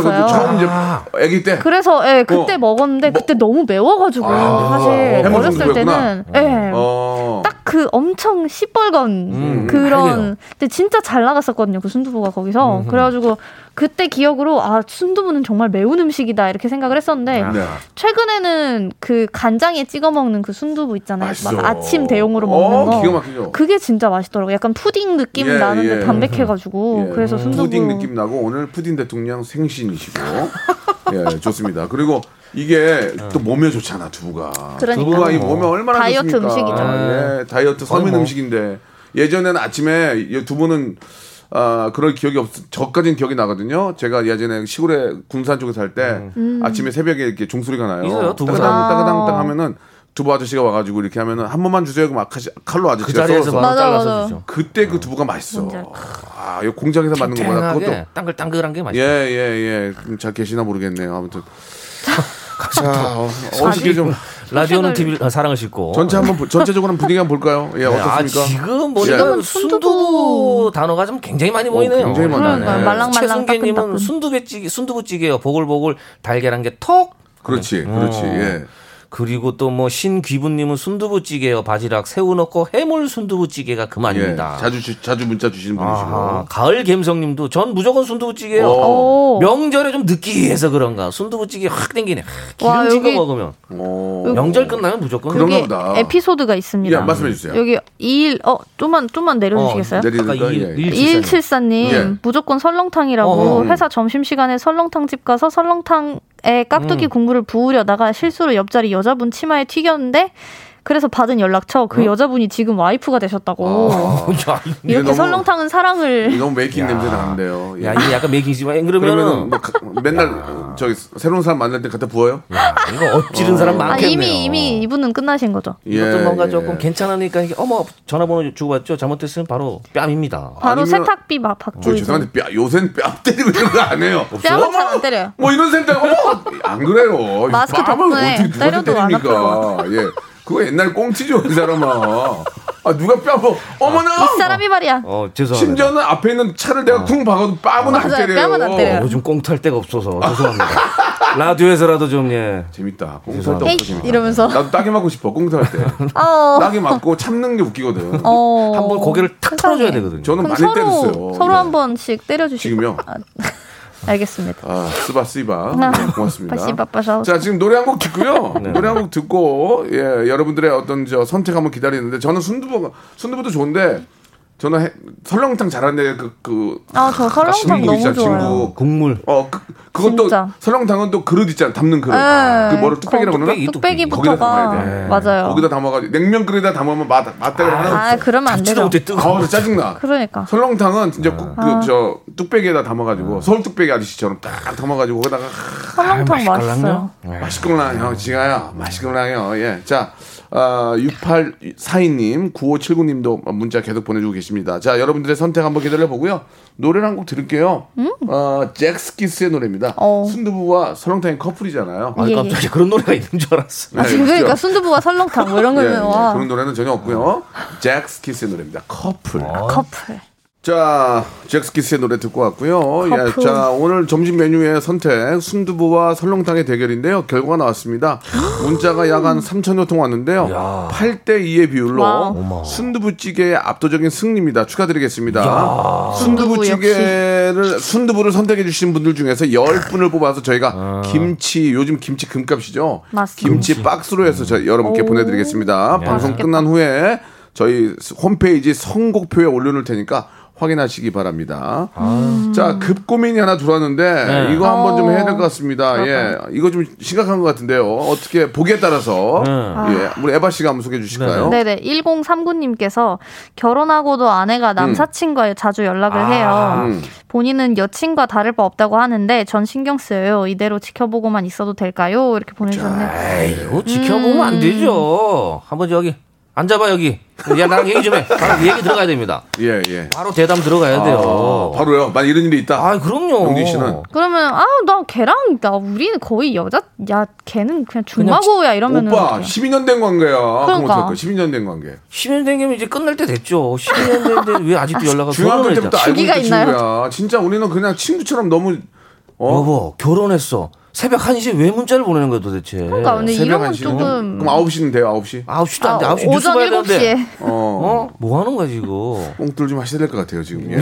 유명했었어요. 처음 이제 아기 때 그래서 예, 그때 어. 먹었는데 그때 너무 매워가지고 아, 사실 해물 어렸을 순두부였구나. 때는 예, 어. 딱 그 엄청 시뻘건 음, 그런 빨개요. 근데 진짜 잘 나갔었거든요 그 순두부가 음, 거기서 그래가지고 그때 기억으로 아 순두부는 정말 매운 음식이다 이렇게 생각을 했었는데 네. 최근에는 그 간장에 찍어 먹는 그 순두부 있잖아요 맛있어. 막 아침 대용으로 어, 먹는 거 기가 막히죠. 그게 진짜 맛있더라고 요 약간 푸딩 느낌 예, 나는 데 예. 담백해가지고 예, 그래서 순두부 푸딩 느낌 나고 오늘 푸딩 대통령 생신이시고 예 좋습니다. 그리고 이게 네. 또 몸에 좋잖아 두부가 그러니까요. 두부가 이 몸에 얼마나 다이어트 좋습니까? 음식이죠. 아, 예, 다이어트 서민 뭐. 음식인데 예전에는 아침에 이 두부는 아 그럴 기억이 없. 저까지는 기억이 나거든요. 제가 예전에 시골에 군산 쪽에 살 때 아침에 새벽에 이렇게 종소리가 나요. 음. 있어요, 두부. 따가당 음. 아. 따가당 따 하면은 두부 아저씨가 와가지고 이렇게 하면은 한 번만 주세요. 막 칼로 그 아저씨가 썰어서 자리에서 바로 맞아, 잘라서 맞아. 주죠. 그때 그 두부가 맛있어. 뭔지 알 것 아, 이 공장에서 만든 거보다 그것도 탱하게 땅글땅글한 게 예, 맛있어요. 예, 예. 그럼 잘 계시나 모르겠네요. 아무튼. 자, 어, 어떻게 좀 라디오는 소식을- TV 아, 사랑을 싣고 전체 한번 보- 전체적으로 한번 분위기 한번 볼까요? 예, 네, 아, 어떻습니까? 지금 보니까 지금은 순두부 순두부 단어가 좀 굉장히 많이 보이네요. 굉장히 많네. 그러니까요. 말랑말랑 최순계님은 따끈따끈. 순두부찌개, 순두부찌개요. 보글보글 달걀한 게 톡. 그렇지, 음, 그렇지. 예. 그리고 또 뭐 신귀분님은 순두부찌개요. 바지락 새우 넣고 해물 순두부찌개가 예. 그만입니다. 자주 주- 자주 문자 주시는 분이시고. 어, 아하, 가을 갬성님도 전 무조건 순두부찌개요. 어, 오. 명절에 좀 느끼해서 그런가 순두부찌개 확 땡기네. 기름 와, 찍어 여기- 먹으면 어. 명절 끝나면 무조건 그런 여기 그런가 보다. 에피소드가 예, 있습니다 말씀해 주세요. 여기 2일 어 좀만 좀만 내려주시겠어요? 내리는 아까 거. 이- 예. 일- 2174님 예. 무조건 설렁탕이라고 어, 음. 회사 점심시간에 설렁탕집 가서 설렁탕에 음. 깍두기 국물을 부으려다가 실수로 옆자리 여자분 치마에 튀겼는데 그래서 받은 연락처 어? 그 여자분이 지금 와이프가 되셨다고 야, 어. 이- 이렇게 아, 너무- 설렁탕은 사랑을 너무 메이킹 냄새 나는데요. 예. 야, 이게 약간 매기지만 그러면은 그러면은 뭐 가- 맨날 저기 새로운 사람 만날 때 갖다 부어요? 이거 뭐 엎지른 사람 아, 많겠네요. 이미 이미 이분은 끝나신 거죠 예. 이것도 뭔가 예. 조금 괜찮으니까 이게 어머 전화번호 주고받죠 잘못됐으면 바로 뺨입니다. 바로 아니면- 세탁비 막 저 받고 이제 죄송한데 뼈, 요새는 뺨 때리고 이런 거 안 해요. 뺨은 잘 안 때려요 뭐 이런 생각 어머 안 그래요. 마스크 뺨을 덕분에 어떻게 누가 때려도 안 때립니까? 예, 그거 옛날 꽁치죠 이 사람아. 아 누가 뺨을 어머나. 이 사람이 말이야 어 죄송합니다. 심지어는 앞에 있는 차를 내가 쿵 박아도 뺨은 안 맞아요, 때려요. 뺨은 안 때려요. 요즘 어, 꽁탈 데가 없어서 죄송합니다. 라디오에서라도 좀 예. 재밌다. 꽁살 죄송합니다. 때 헤이 없어 재밌다. 이러면서 나도 따게 맞고 싶어 꽁살 때. 어, 따게 맞고 참는 게 웃기거든. 어. 한번 고개를 탁 세상에. 털어줘야 되거든요. 저는 그럼 많이 서로 때렸어요. 서로 예. 한 번씩 때려주시고 지금요? 아, 알겠습니다 아, 쓰바 쓰바. 아, 네, 고맙습니다. 바시 바빠서. 네. 자, 지금 노래 한 곡 듣고요. 노래 한 곡 듣고 예, 여러분들의 어떤 저 선택 한번 기다리는데 저는 순두부 순두부도 좋은데 저는 해- 설렁탕 잘하는데 그, 그 아, 저 설렁탕 친구 너무 있잖아, 좋아요. 뭐 친구. 국물. 어, 그, 그것도 진짜. 설렁탕은 또 그릇 있잖아. 담는 그릇. 네. 그 뭐를 뚝배기라고 그러나? 뚝배기, 거기다 뚝배기부터가 담아야 돼. 맞아요. 거기다 담아가지고 냉면 그릇에다 담으면 맛 맛대가 하나. 아, 그러면 안 되죠. 뜨거워. 아, 짜증나. 그러니까. 설렁탕은 진짜 국- 그, 아. 저 뚝배기에다 담아가지고 서울 뚝배기 아저씨처럼 딱 담아가지고 거기다가 설렁탕 맛있어요. 맛있구나요, 지가요. 맛있구나요. 예. 자, 아, 6842님, 9579님도 문자 계속 보내주고 계십니다. 자, 여러분들의 선택 한번 기다려보고요. 노래를 한 곡 들을게요. 음? 어, 잭스키스의 노래입니다. 순두부와 설렁탕이 커플이잖아요. 어. 네, 아, 예, 깜짝이야. 예. 그런 노래가 있는 줄 알았어. 아, 지금 그러니까 순두부와 설렁탕 뭐 이런 예, 거면 예, 와. 그런 노래는 전혀 없고요. 잭스키스의 노래입니다. 커플. 커플. 자, 잭스키스의 노래 듣고 왔고요. 커플. 예, 자, 오늘 점심 메뉴의 선택 순두부와 설렁탕의 대결인데요. 결과가 나왔습니다. 문자가 약 한 3천여 통 왔는데요. 8대 2의 비율로 와우. 어머. 순두부찌개의 압도적인 승리입니다. 축하드리겠습니다. 야. 순두부찌개를 순두부를 선택해 주신 분들 중에서 10분을 뽑아서 저희가 김치 요즘 김치 금값이죠. 맞습니다. 김치 박스로 해서 음. 저 여러분께 오. 보내드리겠습니다. 네, 야. 방송 끝난 후에 저희 홈페이지 선곡표에 올려놓을 테니까 확인하시기 바랍니다. 아. 자, 급 고민이 하나 들어왔는데 네. 이거 한번 좀 어. 해야 될 것 같습니다. 예, 그럴까요? 이거 좀 심각한 것 같은데요. 어떻게 보기에 따라서 예, 우리 에바 씨가 한번 소개해 주실까요? 네. 네네. 1039님께서 결혼하고도 아내가 남사친과 자주 연락을 아, 해요. 음. 본인은 여친과 다를 바 없다고 하는데 전 신경 쓰여요. 이대로 지켜보고만 있어도 될까요? 이렇게 보내주셨네요. 이거 지켜보면 안 되죠. 한번 저기 앉아봐 여기. 야 나랑 얘기 좀 해. 나랑 얘기 들어가야 됩니다. 예, 네. 예. 바로 대담 들어가야 돼요. 아, 바로요. 만 이런 일이 있다. 아, 그럼요. 영진 씨는 그러면 아나 걔랑 나 우리는 거의 여자 야 걔는 그냥 중마고야 이러면은 오빠 어떡해요? 12년 된 관계야. 그럼 그러니까. 어떡할 거야? 12년 된 관계. 10년 된 김에 이제 끝날 때 됐죠. 10년 된데 왜 아직도 어, 연락을 중학교 때부터 알고 주기가 있던 있나요? 친구야. 진짜 우리는 그냥 친구처럼 너무 어? 여보 결혼했어. 새벽 1시에 왜 문자를 보내는 거야 도대체? 그러니까, 근데 새벽 이런 건 한 시는? 조금- 그럼 9시는 돼요, 9시? 9시도 안 돼. 아, 9시 뉴스 오전 봐야 되는데. 7시에. 어. 뭐 하는 거야, 지금? 뽕돌 좀 하셔야 될 것 같아요, 지금. 예.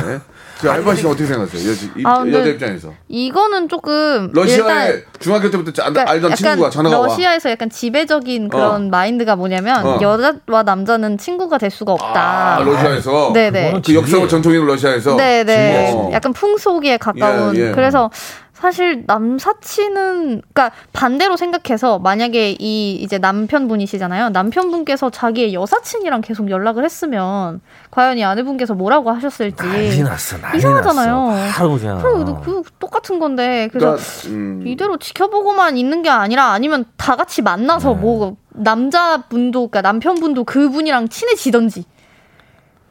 저 알바 씨는 어떻게 생각하세요? 여, 이, 네. 아, 근데 여자 입장에서. 이거는 조금 러시아에 일단 중학교 때부터 자- 그러니까 알던 약간 친구가 전화가 와. 러시아에서 약간 지배적인 그런 마인드가 뭐냐면 어. 여자와 남자는 친구가 될 수가 없다. 아, 어, 러시아에서 네네. 그 역사와 전통인 러시아에서 네네. 어. 약간 풍속에 가까운. 예, 예. 그래서 사실 남사친은 그러니까 반대로 생각해서 만약에 이 이제 남편분이시잖아요. 남편분께서 자기의 여사친이랑 계속 연락을 했으면 과연 이 아내분께서 뭐라고 하셨을지 난리 났어, 난리 이상하잖아요. 났어. 바로 그냥. 그럼 그 똑같은 건데 그래서 그러니까, 음. 이대로 지켜보고만 있는 게 아니라 아니면 다 같이 만나서 뭐 남자분도 그러니까 남편분도 그분이랑 친해지던지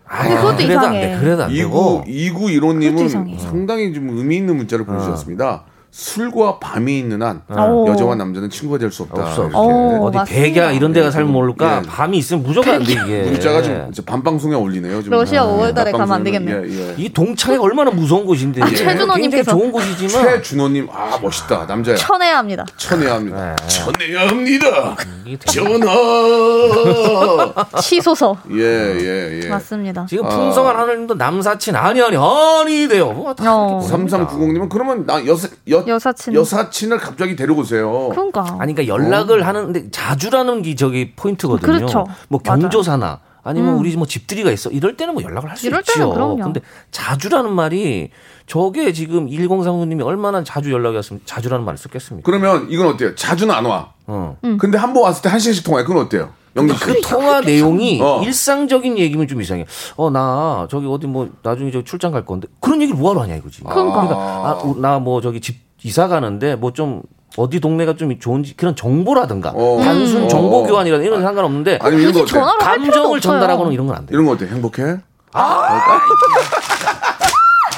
근데 그것도 그래도 안 이상해. 돼, 그래도 안 되고. 29, 2915님은 상당히 좀 의미 있는 문자를 보내주셨습니다. 술과 밤이 있는 한 아. 어. 여자와 남자는 친구가 될 수 없다. 없어, 없어. 이렇게. 어디 백야 이런 데가 살면 모를까? 밤이 있으면 무조건 안 돼, 이게. 문자가 네. 좀 이제 밤방송에 올리네요. 좀. 러시아 네. 5월 달에 가면 안 밤방송에는. 되겠네. 예, 예. 이 동창이 얼마나 무서운 곳인데. 아, 이게. 최준호님께서. 굉장히 좋은 곳이지만. 최준호님 아 멋있다 남자야. 천해야 합니다. 천해야 합니다. 천해야 합니다. 전화. 치소서. 예예 예. 맞습니다. 지금 풍성한 하늘님도 남사친 아니 아니 아니 돼요. 뭐, 다 어. 삼삼구공님은 그러면 나 여사 여, 여사친 여사친을 갑자기 데리고 오세요. 그러니까. 아니 그러니까 연락을 하는데 자주라는 게 저기 포인트거든요. 그렇죠. 뭐 맞아요. 경조사나 아니면 음. 우리 뭐 집들이가 있어. 이럴 때는 뭐 연락을 할 수 이럴 있죠. 때는 그럼요. 근데 자주라는 말이 저게 지금 1039님이 얼마나 자주 연락이 왔으면 자주라는 말을 썼겠습니까? 그러면 이건 어때요? 자주는 안 와. 근데 한 번 왔을 때 한 시간씩 통화해. 그건 어때요? 영진 씨. 그 통화 내용이 일상적인 얘기면 좀 이상해. 어 나 저기 어디 뭐 나중에 저 출장 갈 건데 그런 얘기를 뭐하러 하냐 이거지. 그러니까. 나 뭐 저기 집 이사 가는데 뭐 좀 어디 동네가 좀 좋은지 그런 정보라든가 음. 단순 정보 교환이라 이런 건 상관없는데 아니면 이런 거 굳이 어때? 전화로 할 필요도 감정을 없어요. 전달하고는 이런 건 안 돼. 이런 거 어때? 행복해?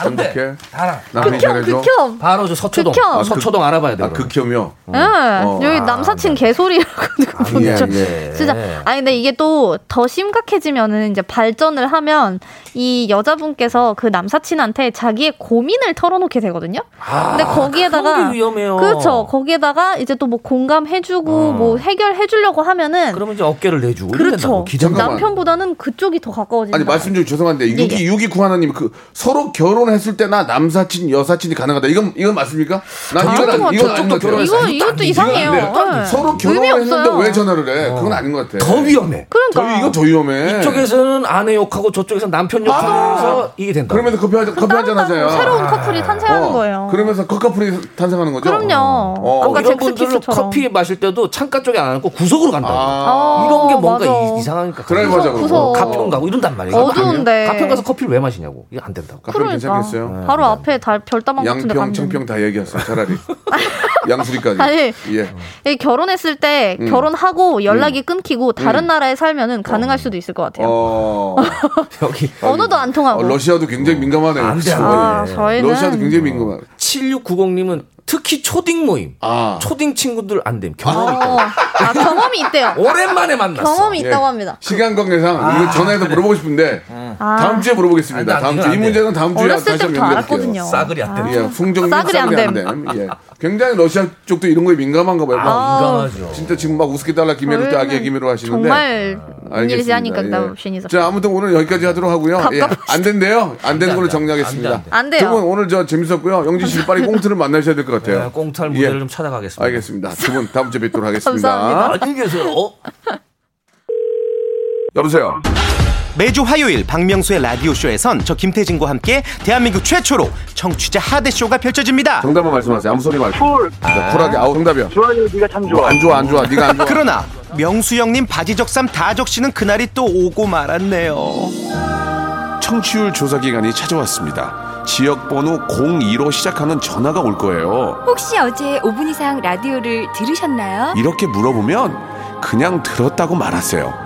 행복해? 달아. 나한테 극혐, 잘해줘? 극혐. 바로 저 서초동. 극혐. 아, 서초동 알아봐야 돼. 아, 극혐이요? 예, 어, 여기 아, 남사친 개소리라고 누가 예, 보내죠. 예. 아, 진짜. 네. 아니 근데 이게 또 더 심각해지면은 이제 발전을 하면 이 여자분께서 그 남사친한테 자기의 고민을 털어놓게 되거든요. 근데 거기에다가 아, 그런 게 위험해요. 어. 그렇죠. 거기에다가 이제 또 뭐 공감해주고 뭐 해결해주려고 하면은 그러면 이제 어깨를 내주고 그렇죠. 이런다고 네. 기장 남편보다는 그쪽이 더 가까워진다. 아니 말씀 좀 죄송한데 음. 예, 예. 유기 유기 구하나님 그 서로 결혼 결혼했을 때나 남사친, 여사친이 가능하다. 이건 이건 맞습니까? 난 아, 이건 맞죠, 안, 이건 맞죠. 아닌 것 같아요. 이거- 이것도 안 돼. 이상해요. 이건 안 돼요. 네. 서로 의미 없어요. 결혼했는데 왜 전화를 해? 그건 아닌 것 같아. 더 위험해. 그러니까. 저 이거 더 위험해. 이쪽에서는 아내 욕하고 저쪽에서 남편 욕하면서 이게 된다. 아. 그러면서 커피 한, 커피 한잔 하세요. 새로운 커플이 탄생하는 어, 거예요. 그러면서 커플이 탄생하는 거죠? 그럼요. 어. 아까 이런 분들은 그러니까 잭스키스처럼. 커피 마실 때도 창가 쪽에 안 앉고 구석으로 간다. 아. 이런 게 어, 뭔가 맞아. 이, 상하니까 뭐 그래, 맞아, 그거. 구석. 가평 가고 이런단 말이에요. 어두운데. 가평 가서 커피를 왜 마시냐고. 이게 안 된다고. 커피는 아, 그러니까. 괜찮겠어요? 네. 바로 앞에 달, 별다방 같은 데 양평, 가면. 청평 다 얘기했어요. 차라리 양수리까지. 아니. 예. 이 결혼했을 때 음. 결혼하고 연락이 끊기고 다른 음. 나라에 살면은 가능할 수도 있을 것 같아요. 어. 여기 언어도 안 통하고. 어, 러시아도 굉장히 민감하네요. 그렇죠? 안 돼, 안 돼. 아, 저희는 러시아도 굉장히 민감하네. 7690님은 특히 초딩 모임. 아. 초딩 친구들 안 됨. 어, 경험이 있다. 아, 경험이 있대요. 오랜만에 만났어. 경험이 어, 예. 있다고 합니다. 시간 관계상 이거 전화해서 물어보고 싶은데 아. 다음 주에 물어보겠습니다. 아, 나 다음 이건 주에 이 아. 안 돼. 문제는 다음 주에 어렸을 다시 한번 때부터 알았거든요. 아, 연결할게요. 싸그리 안 됨. 예, 풍정님 싸그리 안 싸그리 안 됨. 예. 굉장히 러시아 쪽도 이런 거에 민감한가 아, 봐요. 막 민감하죠. 진짜 지금 막 우습게 달라 김해로 때 저희는 어, 아기의 김해로 하시는데 정말 일지 알겠습니다. 하니까 예. 나 신이서. 자 아무튼 오늘 여기까지 하도록 하고요. 예, 안 된대요. 안 되는 걸로 안 돼, 안 돼, 정리하겠습니다. 안 돼, 안 돼요. 두 분 오늘 저 재밌었고요. 영진 씨 빨리 꽁트를 만나셔야 될 것 같아요. 네, 꽁탈 무대를 예. 좀 찾아가겠습니다. 알겠습니다. 두 분 다음 주에 뵙도록 하겠습니다. 감사합니다. 안녕히 계세요. 어? 여보세요. 매주 화요일 박명수의 라디오쇼에선 저 김태진과 함께 대한민국 최초로 청취자 하대쇼가 펼쳐집니다. 정답만 말씀하세요. 아무 소리 말고. 쿨. 쿨하게. 아우 정답이야. 좋아요. 네가 참 좋아. 안 좋아 안 좋아. 네가 안 좋아. 그러나 명수형님 바지 적삼 다 적시는 그날이 또 오고 말았네요. 청취율 조사 기간이 찾아왔습니다. 지역 번호 02로 시작하는 전화가 올 거예요. 혹시 어제 5분 이상 라디오를 들으셨나요? 이렇게 물어보면 그냥 들었다고 말하세요.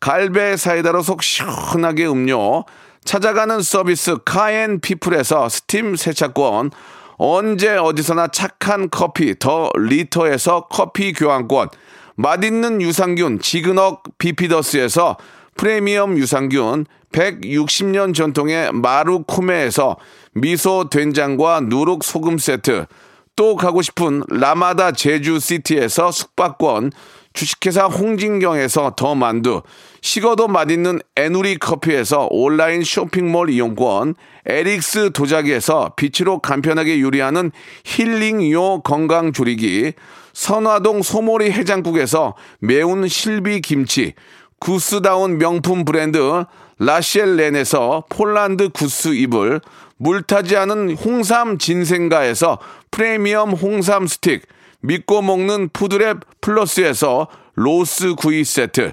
갈배 사이다로 속 시원하게 음료, 찾아가는 서비스 카엔 피플에서 스팀 세차권, 언제 어디서나 착한 커피 더 리터에서 커피 교환권, 맛있는 유산균 지그넉 비피더스에서 프리미엄 유산균 160년 전통의 마루코메에서 미소 된장과 누룩 소금 세트 또 가고 싶은 라마다 제주시티에서 숙박권 주식회사 홍진경에서 더 만두 식어도 맛있는 에누리 커피에서 온라인 쇼핑몰 이용권 에릭스 도자기에서 빛으로 간편하게 요리하는 힐링요 건강조리기 선화동 소모리 해장국에서 매운 실비 김치 구스다운 명품 브랜드 라시엘렌에서 폴란드 구스 이불, 물타지 않은 홍삼 진생가에서 프리미엄 홍삼 스틱, 믿고 먹는 푸드랩 플러스에서 로스 구이 세트,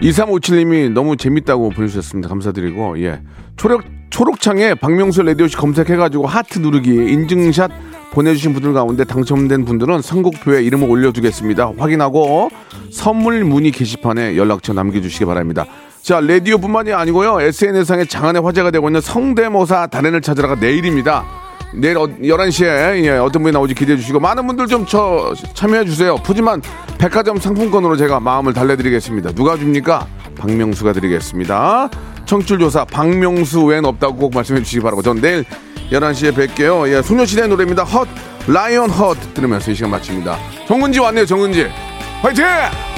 이3 5 7님이 너무 재밌다고 보내주셨습니다. 감사드리고, 예. 초록, 초록창에 박명수 레디오씨 검색해가지고 하트 누르기 인증샷 보내주신 분들 가운데 당첨된 분들은 선곡표에 이름을 올려두겠습니다. 확인하고 선물 문의 게시판에 연락처 남겨주시기 바랍니다. 자, 레디오뿐만이 아니고요. SNS상에 장안의 화제가 되고 있는 성대모사 달인을 찾으러가 내일입니다. 내일 어, 11시에 어떤 분이 나오지 기대해 주시고 많은 분들 좀 저, 참여해 주세요. 푸짐한 백화점 상품권으로 제가 마음을 달래드리겠습니다. 누가 줍니까? 박명수가 드리겠습니다. 청출조사 박명수 외엔 없다고 꼭 말씀해 주시기 바라고 전 내일 11시에 뵐게요. 예, 소녀시대 노래입니다. 헛 라이언 헛 들으면서 이 시간 마칩니다. 정은지 왔네요. 정은지 화이팅! 네